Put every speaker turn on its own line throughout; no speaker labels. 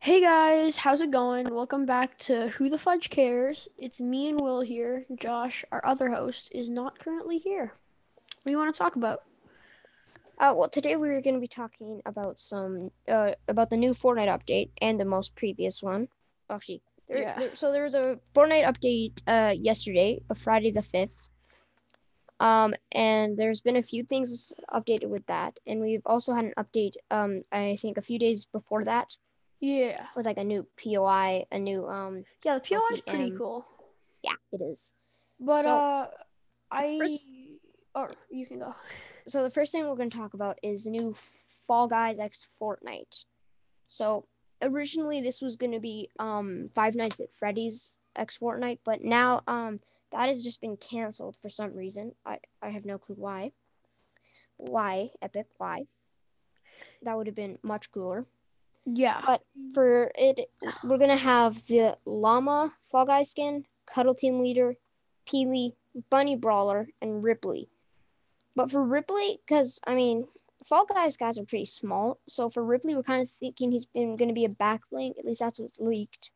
Hey guys, how's it going? Welcome back to Who the Fudge Cares. It's me and Will here. Josh, our other host, is not currently here. What do you want to talk about?
Uh, well, today we are going to be talking about some uh, about the new Fortnite update and the most previous one. Actually, there,
Yeah.
there- so there was a Fortnite update uh, yesterday, uh, Friday the fifth. Um, and there's been a few things updated with that, and we've also had an update. Um, I think a few days before that
Yeah.
with like a new POI, a new um.
Yeah, the POI is pretty
LTM.
cool.
Yeah, it is.
Um, But,
So,
uh, I.
first-
Or, you can go.
so the first thing we're going to talk about is the new Fall Guys X Fortnite. So originally this was going to be um, Five Nights at Freddy's X Fortnite, but now um, that has just been canceled for some reason. I, I have no clue why. Why Epic? Why? That would have been much cooler.
Yeah.
But for it, we're gonna have the llama, Fall Guy skin, Cuddle Team Leader, Peely, Bunny Brawler, and Ripley. But for Ripley, because I mean, Fall Guys guys are pretty small, so for Ripley, we're kind of thinking he's been gonna be a backlink. At least that's what's leaked.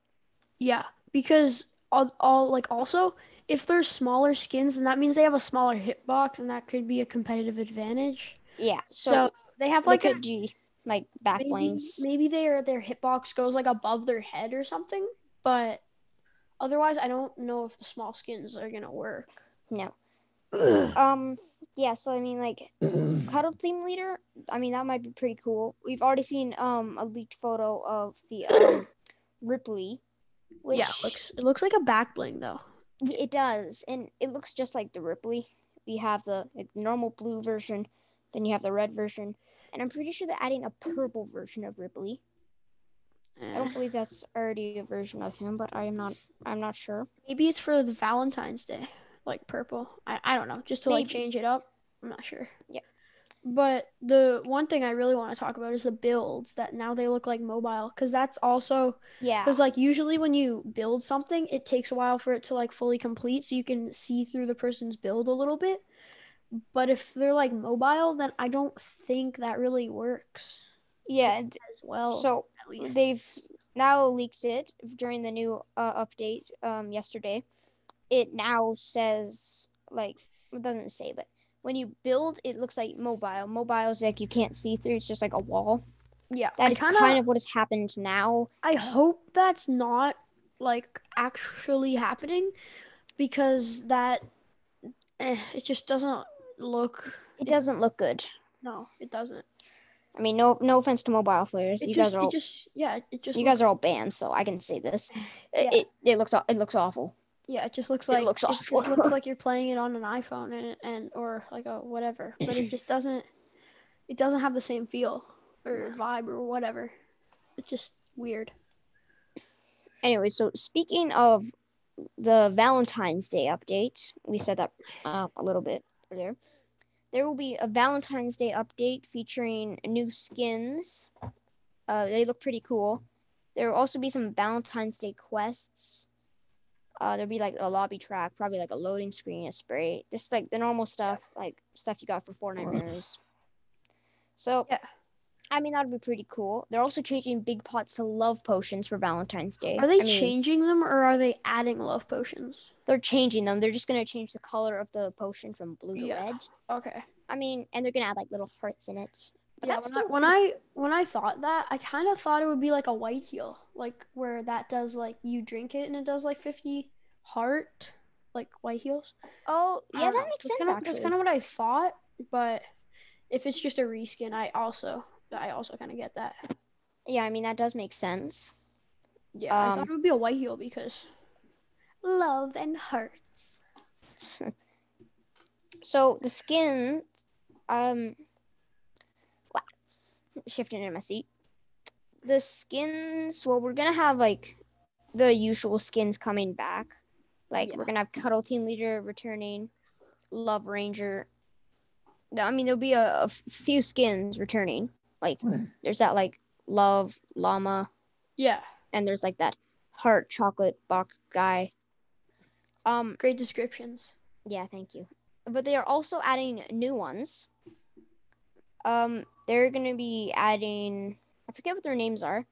Yeah. Because, all, all, like, also, if there's smaller skins, then that means they have a smaller hitbox, and that could be a competitive advantage.
Yeah.
So,
So,
they have,
like
like,
could
a.
be like backlinks.
Maybe, maybe their their hitbox goes like above their head or something, but otherwise, I don't know if the small skins are gonna work.
No. Um. Yeah. So I mean, like Cuddle Team Leader. I mean, that might be pretty cool. We've already seen um a leaked photo of the um, Ripley, which
yeah, it looks it looks like a back bling though.
y- it does, and it looks just like the Ripley. We have the like, normal blue version, then you have the red version, and I'm pretty sure they're adding a purple version of Ripley. I
Eh.
don't believe that's already a version of him, but I am not. I'm not sure.
Maybe it's for the Valentine's Day, like purple. I, I don't know, just to like
Maybe.
change it up. I'm not sure.
Yeah.
But the one thing I really want to talk about is the builds that now they look like mobile because that's also
Yeah.
Because like usually when you build something, it takes a while for it to like fully complete, so you can see through the person's build a little bit. But if they're like mobile, then I don't think that really works
Yeah. and
as well,
So
at least.
they've now leaked it during the new uh, update um, yesterday. It now says like it doesn't say, but when you build, it looks like mobile. Mobile is like you can't see through; it's just like a wall.
yeah, I
That is
kinda
kind of what has happened now.
I hope that's not like actually happening because that eh, it just doesn't look
It doesn't look good.
no, it doesn't.
I mean, no, no offense to mobile players.
It
you
just
guys are
it
all
just yeah, it just
you
looks,
guys are all banned, so I can say this.
Yeah.
It, it it looks aw- it looks awful.
Yeah, it just looks
It
like
looks
it just
awful.
looks like you're playing it on an iPhone and and or like a whatever, but it just doesn't it doesn't have the same feel or vibe or whatever. It's just weird.
Anyway, so speaking of the Valentine's Day update, we said that uh, a little bit earlier. There will be a Valentine's Day update featuring new skins. Uh, they look pretty cool. There will also be some Valentine's Day quests. Uh, there'll be like a lobby track, probably like a loading screen, a spray, just like the normal stuff, like stuff you got for Fortnite mirrors. So,
Yeah.
I mean, that'd be pretty cool. They're also changing big pots to love potions for Valentine's Day.
Are they
I mean,
changing them or are they adding love potions?
they're changing them. They're just gonna change the color of the potion from blue to
Yeah.
red.
Okay.
I mean, and they're gonna add like little hearts in it. But
Yeah,
that's
when I,
still
when I when I thought that, I kind of thought it would be like a white heel, like where that does like you drink it and it does like 50 heart, like white heels.
oh
I
yeah, that
don't know.
makes
That's
sense
kinda-
actually.
That's kind of what I thought, but if it's just a reskin, I also I also kind of get that.
Yeah, I mean that does make sense.
Yeah, I
Um,
thought it would be a white heel because love and hearts.
So the skin, um, wha- shifting in my seat. The skins. Well, we're gonna have like the usual skins coming back. Like
Yeah.
we're gonna have Cuddle Team Leader returning, Love Ranger. No, I mean there'll be a, a f- few skins returning. Like there's that like Love Llama,
Yeah,
and there's like that Heart Chocolate Box guy. Um,
great descriptions.
yeah, thank you. But they are also adding new ones. Um, they're gonna be adding I forget what their names are,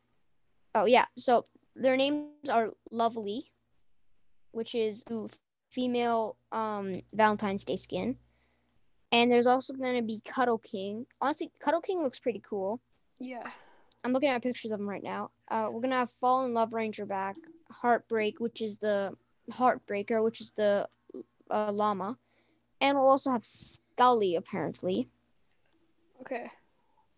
Oh yeah, so their names are Lovely, which is a female um, Valentine's Day skin, and there's also gonna be Cuddle King. Honestly, Cuddle King looks pretty cool.
Yeah.
I'm looking at pictures of him right now. Uh, we're gonna have Fall in Love Ranger back, Heartbreak, which is the Heartbreaker, which is the uh, llama, and we'll also have Scully apparently.
Okay.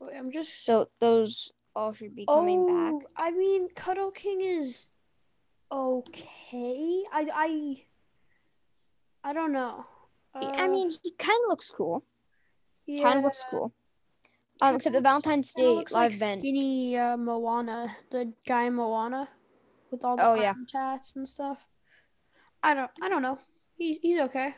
Wait, I'm just.
So those all should be coming
Oh,
back.
I mean, Cuddle King is okay. I I I don't know.
I
Uh,
mean, he kind of looks cool. Kind
yeah,
of looks cool.
Kinda
Um, except the
looks-
Valentine's
kinda
Day
looks like
live event.
skinny uh, Moana, the guy in Moana, with all the
Oh, yeah.
arm tats and stuff. I don't I don't know. He, he's okay.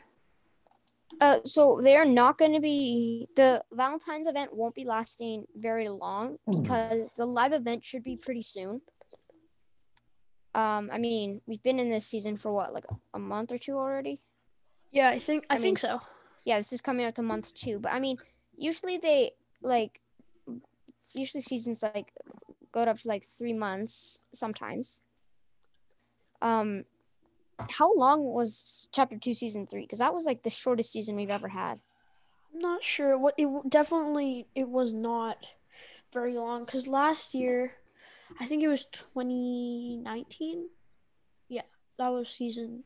Uh, so they're not going to be the Valentine's event won't be lasting very long because the live event should be pretty soon. Um, I mean, we've been in this season for what, like a month or two already?
Yeah, I think I,
I mean-
think so.
Yeah, this is coming out to month two. But I mean, usually they like, usually seasons like go up to like three months sometimes. Um, how long was chapter two, season three? Because that was like the shortest season we've ever had.
I'm not sure what it w- definitely it was not very long because last year, I think it was 2019. Yeah, that was season.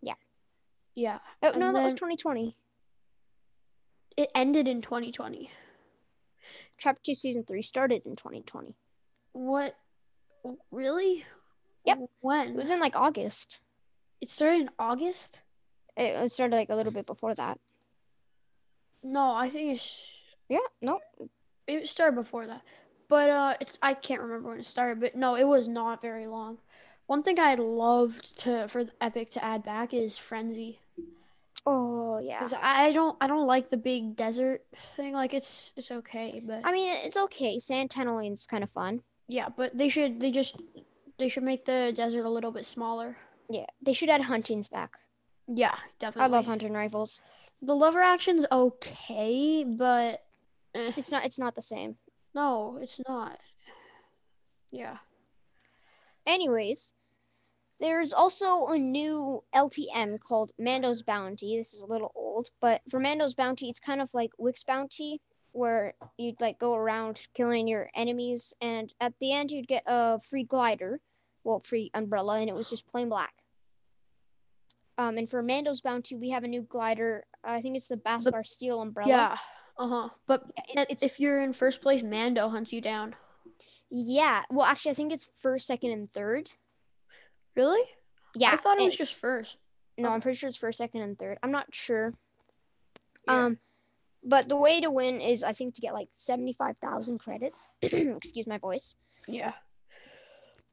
Yeah.
Yeah,
Oh no,
And
that was
then-
2020.
it ended in 2020.
Chapter two, season three started in 2020.
What? Really?
Yep.
When?
It was in like August.
It started in August?
It it started like a little bit before that.
No, I think it's
Yeah, no,
it started before that. But uh it's I can't remember when it started, but no, it was not very long. One thing I'd loved to for Epic to add back is Frenzy.
Oh yeah.
Cuz I don't I don't like the big desert thing. Like it's it's okay, but
I mean, it's okay. Sand tunneling's kind of fun.
yeah, but they should they just they should make the desert a little bit smaller.
Yeah, they should add huntings back.
Oh, Yeah, definitely.
I love hunting rifles.
The lover action's okay, but eh,
It's not. It's not the same.
no, it's not. Yeah.
Anyways, there's also a new LTM called Mando's Bounty. This is a little old, but for Mando's Bounty, it's kind of like Wick's Bounty, where you'd like go around killing your enemies, and at the end you'd get a free glider, well, free umbrella, and it was just plain black. Um, and for Mando's Bounty, we have a new glider. I think it's the Baskar Steel Umbrella.
Yeah. Uh-huh. But
Yeah, it-
if- if you're in first place, Mando hunts you down.
Yeah. Well, actually, I think it's first, second, and third.
Really?
Yeah.
I thought it
and-
was just first.
No, I'm pretty sure it's first, second, and third. I'm not sure.
Yeah.
Um, but the way to win is I think to get like seventy-five thousand credits. Excuse my voice.
Yeah.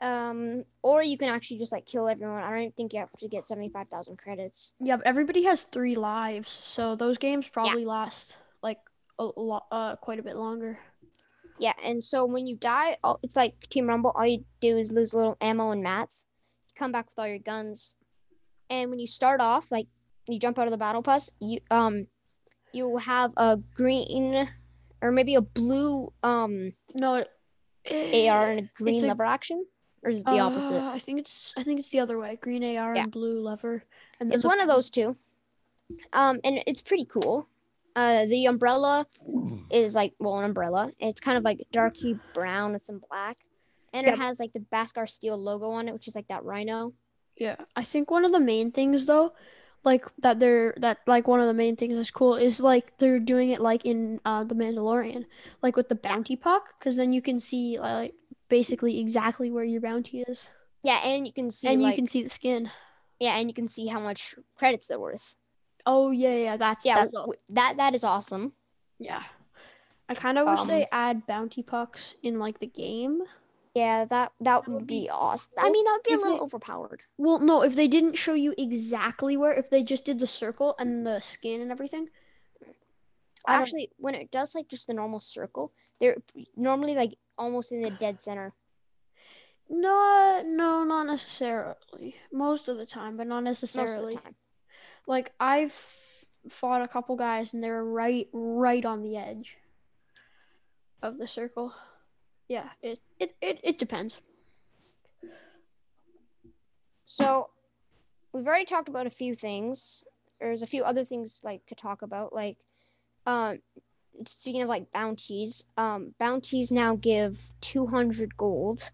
Um, or you can actually just like kill everyone. I don't think you have to get seventy-five thousand credits.
Yeah, but everybody has three lives, so those games probably last like a lot, uh, quite a bit longer.
Yeah, and so when you die, all, it's like Team Rumble. All you do is lose a little ammo and mats. You come back with all your guns, and when you start off, like you jump out of the battle pass, you um, you will have a green or maybe a blue um
No, it,
AR and a green
a-
lever action, or is it the opposite?
Uh, I think it's I think it's the other way. Green AR
Yeah.
and blue lever. And then
It's
the-
one of those two. Um, and it's pretty cool. Uh, the umbrella is like well, an umbrella. It's kind of like darky brown with some black, and
Yeah.
it has like the Baskar Steel logo on it, which is like that rhino.
Yeah, I think one of the main things though, like that they're that like one of the main things that's cool is like they're doing it like in uh The Mandalorian, like with the bounty puck, because then you can see like basically exactly where your bounty is,
Yeah, and you can see
and you
like
can see the skin.
yeah, and you can see how much credits they're worth.
Oh yeah, yeah, that's
Yeah,
that's all.
w- that that is awesome.
Yeah, I kind of wish they
Um,
add bounty pucks in like the game.
Yeah, that that
That would
would be
be
awesome. I
cool
mean, that would be a
if
little
they-
overpowered.
Well, no, if they didn't show you exactly where, if they just did the circle and the skin and everything. I don't-
Actually, when it does like just the normal circle, they're normally like almost in the dead center.
No, no, not necessarily. Most of the time, but not
Most of the
necessarily.
time.
Like I've fought a couple guys and they were right right on the edge of the circle. Yeah, it it it, it depends.
So we've already talked about a few things. There's a few other things like to talk about. Like, um, speaking of like bounties, um, bounties now give 200 gold.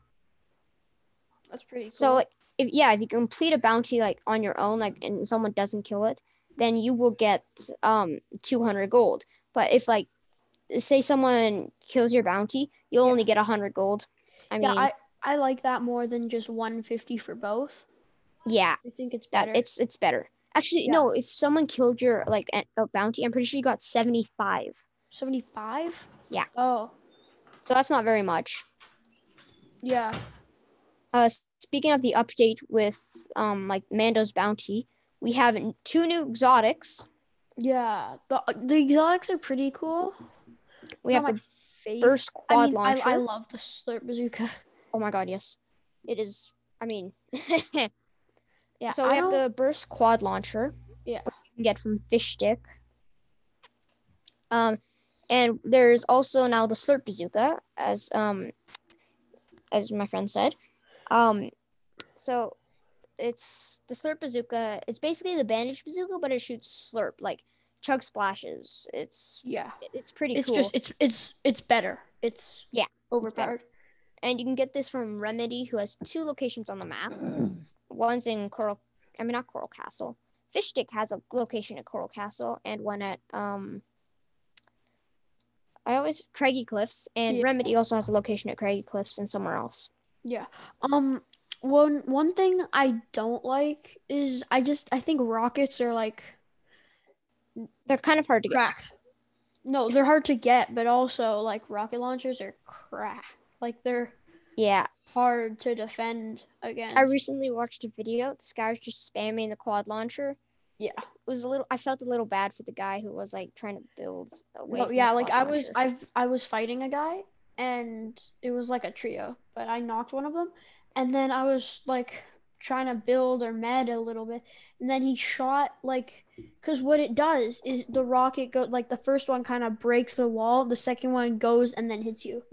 That's pretty cool.
So like, if yeah, if you complete a bounty like on your own, like and someone doesn't kill it, then you will get um 200 gold. But if like say someone kills your bounty, you'll only get 100 gold. I
yeah,
mean,
I, I like that more than just 150 for both.
yeah,
I think it's
that
better.
it's it's better. Actually,
Yeah.
no, if someone killed your like a, a bounty, I'm pretty sure you got 75.
75?
Yeah.
Oh,
So that's not very much.
yeah.
Uh, speaking of the update with um like Mando's bounty, we have n- two new exotics.
Yeah. The, the exotics are pretty cool.
We
Not
have
Oh my
the
favorite.
burst quad
I mean, I,
launcher.
I love the slurp bazooka.
Oh my god, yes. It is. I mean,
Yeah.
so we
I
have
don't-
the burst quad launcher.
Yeah.
Which you can get from Fish Stick. Um, and there's also now the Slurp Bazooka, as um, as my friend said. Um, so it's the Slurp Bazooka. It's basically the Bandage Bazooka, but it shoots Slurp like chug splashes. It's
Yeah.
it's pretty
It's
cool.
just it's it's it's better. It's
Yeah,
overpowered.
and you can get this from Remedy, who has two locations on the map. One's in Coral, I mean not Coral Castle. Fish Stick has a location at Coral Castle and one at um. I always Craigie Cliffs, and
Yeah.
Remedy also has a location at Craigie Cliffs and somewhere else.
Yeah. Um one one thing I don't like is I just I think rockets are like
They're kind of hard to get.
cracked. No, they're hard to get, but also like rocket launchers are cracked. Like they're
Yeah,
hard to defend against.
I recently watched a video. This guy was just spamming the quad launcher.
Yeah.
it was a little. I felt a little bad for the guy who was like trying to build a way.
No,
from the
yeah, like
quad
I was
launcher.
I've I was fighting a guy and it was like a trio, but I knocked one of them and then I was like trying to build or med a little bit and then he shot like cuz what it does is the rocket go like the first one kind of breaks the wall, the second one goes and then hits you.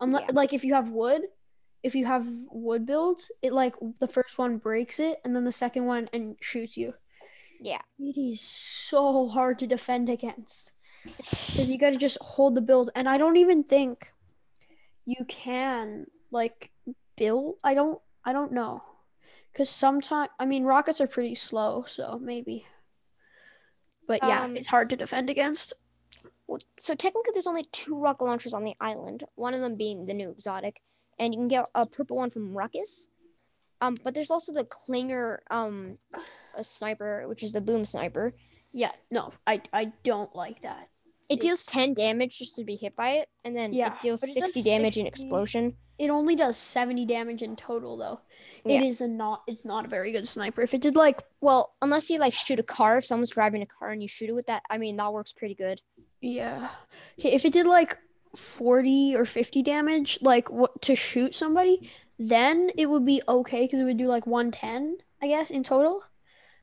Unless
Yeah.
like if you have wood, if you have wood builds, it like the first one breaks it and then the second one and shoots you.
Yeah.
It is so hard to defend against. Because you gotta just hold the build, and I don't even think you can like build. I don't. I don't know. Because sometimes, I mean, rockets are pretty slow, so maybe. But yeah,
Um,
it's hard to defend against.
Well, so technically, there's only two rocket launchers on the island. One of them being the new exotic, and you can get a purple one from Ruckus. Um, but there's also the Klinger um, a sniper, which is the boom sniper.
Yeah, no, I I don't like that.
It deals
It's-
ten damage just to be hit by it, and then
Yeah,
it deals
but it does
sixty damage in
60.
explosion.
It only does seventy damage in total, though.
Yeah.
It is a not. It's not a very good sniper. If it did like,
Well, unless you like shoot a car, if someone's driving a car and you shoot it with that, I mean that works pretty good.
yeah, okay, if it did like forty or fifty damage, like what to shoot somebody, then it would be okay because it would do like one ten, I guess, in total.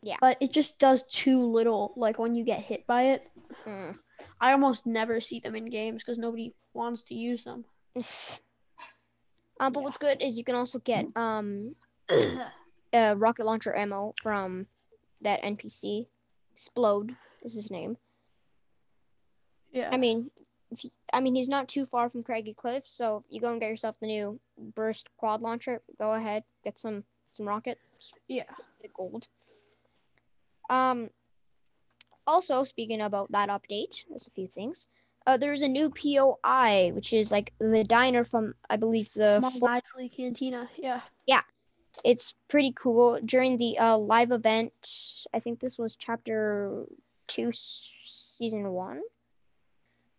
Yeah.
But it just does too little. Like when you get hit by it,
Mm.
I almost never see them in games because nobody wants to use them.
um, but
Yeah. Mm.
what's good is you can also get um uh, rocket launcher ammo from that NPC. Explode is his name.
yeah.
I mean, if you, I mean he's not too far from Craigie Cliff, so you go and get yourself the new burst quad launcher. Go ahead, get some some rockets.
Yeah.
get gold. Um. Also, speaking about that update, there's a few things. Uh, there's a new POI, which is like the diner from I believe the
Mos Eisley Cantina. Yeah.
it's pretty cool during the uh, live event i think this was chapter two s- season one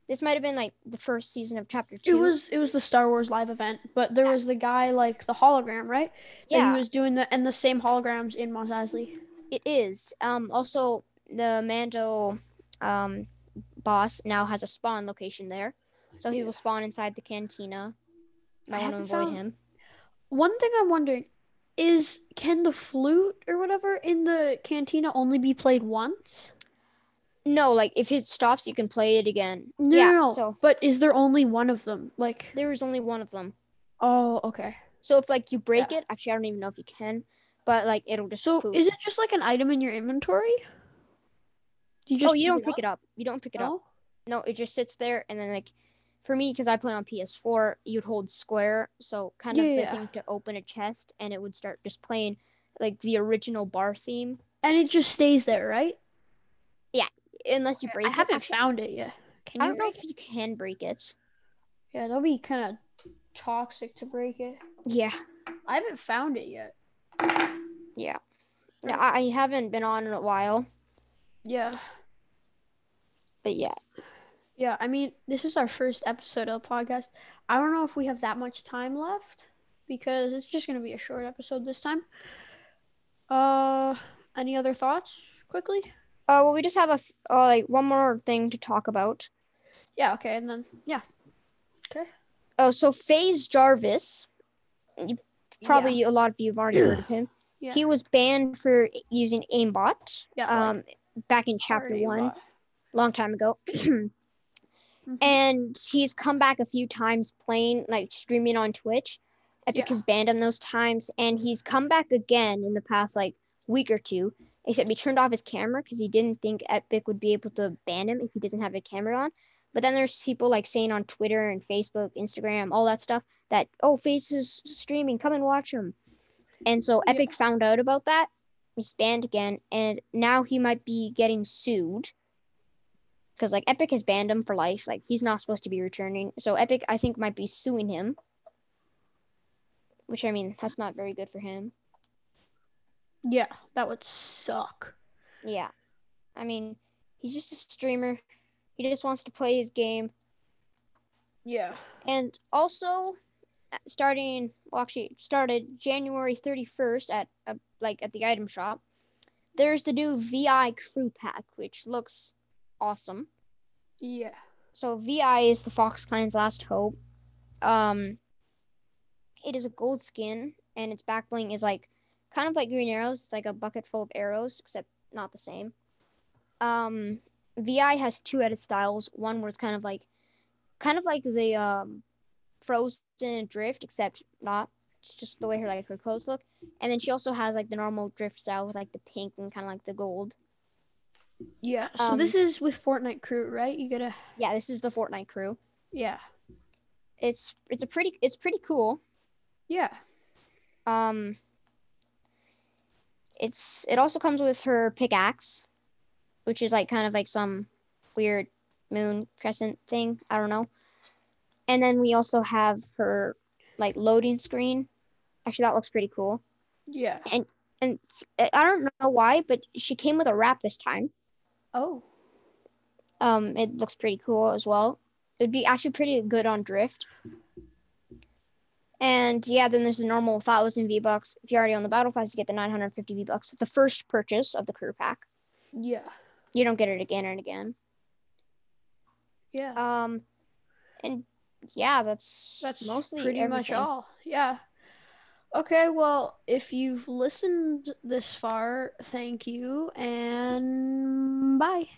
this might have been like the first season of chapter two
It was it was the Star Wars live event, but there was the guy like the hologram, right? That
yeah
he was doing the and the same holograms in Mos Eisley.
it is um also the mando um boss now has a spawn location there so he
Yeah.
will spawn inside the cantina
I
might want to
haven't
avoid
found-
him
One thing I'm wondering is can the flute or whatever in the cantina only be played once?
no like if it stops you can play it again
No,
yeah
no, no.
so
But is there only one of them? Like
there is only one of them
oh okay.
So if like you break it, actually I don't even know if you can, but like it'll just
So
poop.
is it just like an item in your inventory? Do you just
oh, you don't
pick
pick it up. You don't pick it up.
No?
No, it just sits there, and then like for me, because I play on PS4, you'd hold square, so kind of
Yeah.
the thing to open a chest, and it would start just playing like the original bar theme,
And it just stays there, right?
unless you break
I
it.
haven't
actually.
found it yet. Can
I
you
don't know
break
if you can break it.
it? Yeah, that'll be kind of toxic to break it.
Yeah,
I haven't found it yet.
yeah. No, I, I haven't been on in a while,
Yeah.
but yeah,
Yeah, I mean, this is our first episode of the podcast. I don't know if we have that much time left because it's just going to be a short episode this time. Uh, any other thoughts quickly?
Uh, well, we just have a f- uh, like one more thing to talk about.
Yeah, okay, and then yeah.
Oh, so Faze Jarvis, probably a lot of you have already heard of him.
Yeah.
He was banned for using aimbot.
Yeah, like,
Um, back in chapter
already a
one,
lot.
long time ago,
Mhm.
and he's come back a few times playing like streaming on Twitch. Epic
Yeah.
has banned him those times, and he's come back again in the past like week or two. Except he turned off his camera because he didn't think Epic would be able to ban him if he doesn't have a camera on. But then there's people like saying on Twitter and Facebook, Instagram, all that stuff that oh, Face is streaming, come and watch him. And so
Yeah.
Epic found out about that. He's banned again, and now he might be getting sued because like Epic has banned him for life. Like he's not supposed to be returning. So Epic, I think, might be suing him. Which I mean, that's not very good for him.
yeah, that would suck.
Yeah, I mean, he's just a streamer. He just wants to play his game.
Yeah.
And also, uh, starting well, actually, it started January thirty first at uh, like at the item shop. There's the new VI crew pack, which looks awesome.
Yeah.
So VI is the Fox Clan's last hope. Um, it is a gold skin, and its back bling is like kind of like green arrows. It's like a bucket full of arrows, except not the same. Um, VI has two edit styles. One where it's kind of like, kind of like the um, frozen drift, except not. It's just the way her like her clothes look. And then she also has like the normal drift style with like the pink and kind of like the gold.
Yeah. So this
Um,
is with Fortnite crew, right? You gotta
Yeah, this is the Fortnite crew.
yeah.
It's it's a pretty it's pretty cool.
Yeah.
Um, it's it also comes with her pickaxe, which is like kind of like some weird moon crescent thing. I don't know. And then we also have her like loading screen. Actually, that looks pretty cool.
Yeah.
And I I don't know why, but she came with a wrap this time.
Oh.
Um, it looks pretty cool as well. It would be actually pretty good on drift. And yeah, then there's the normal thousand V bucks. If you're already on the battle pass, you get the 950 V bucks. The first purchase of the crew pack.
Yeah.
You don't get it again and again.
Yeah.
Um, and yeah, that's
That's
mostly
pretty much
everything.
all. Yeah. Okay, well, if you've listened this far, thank you and bye.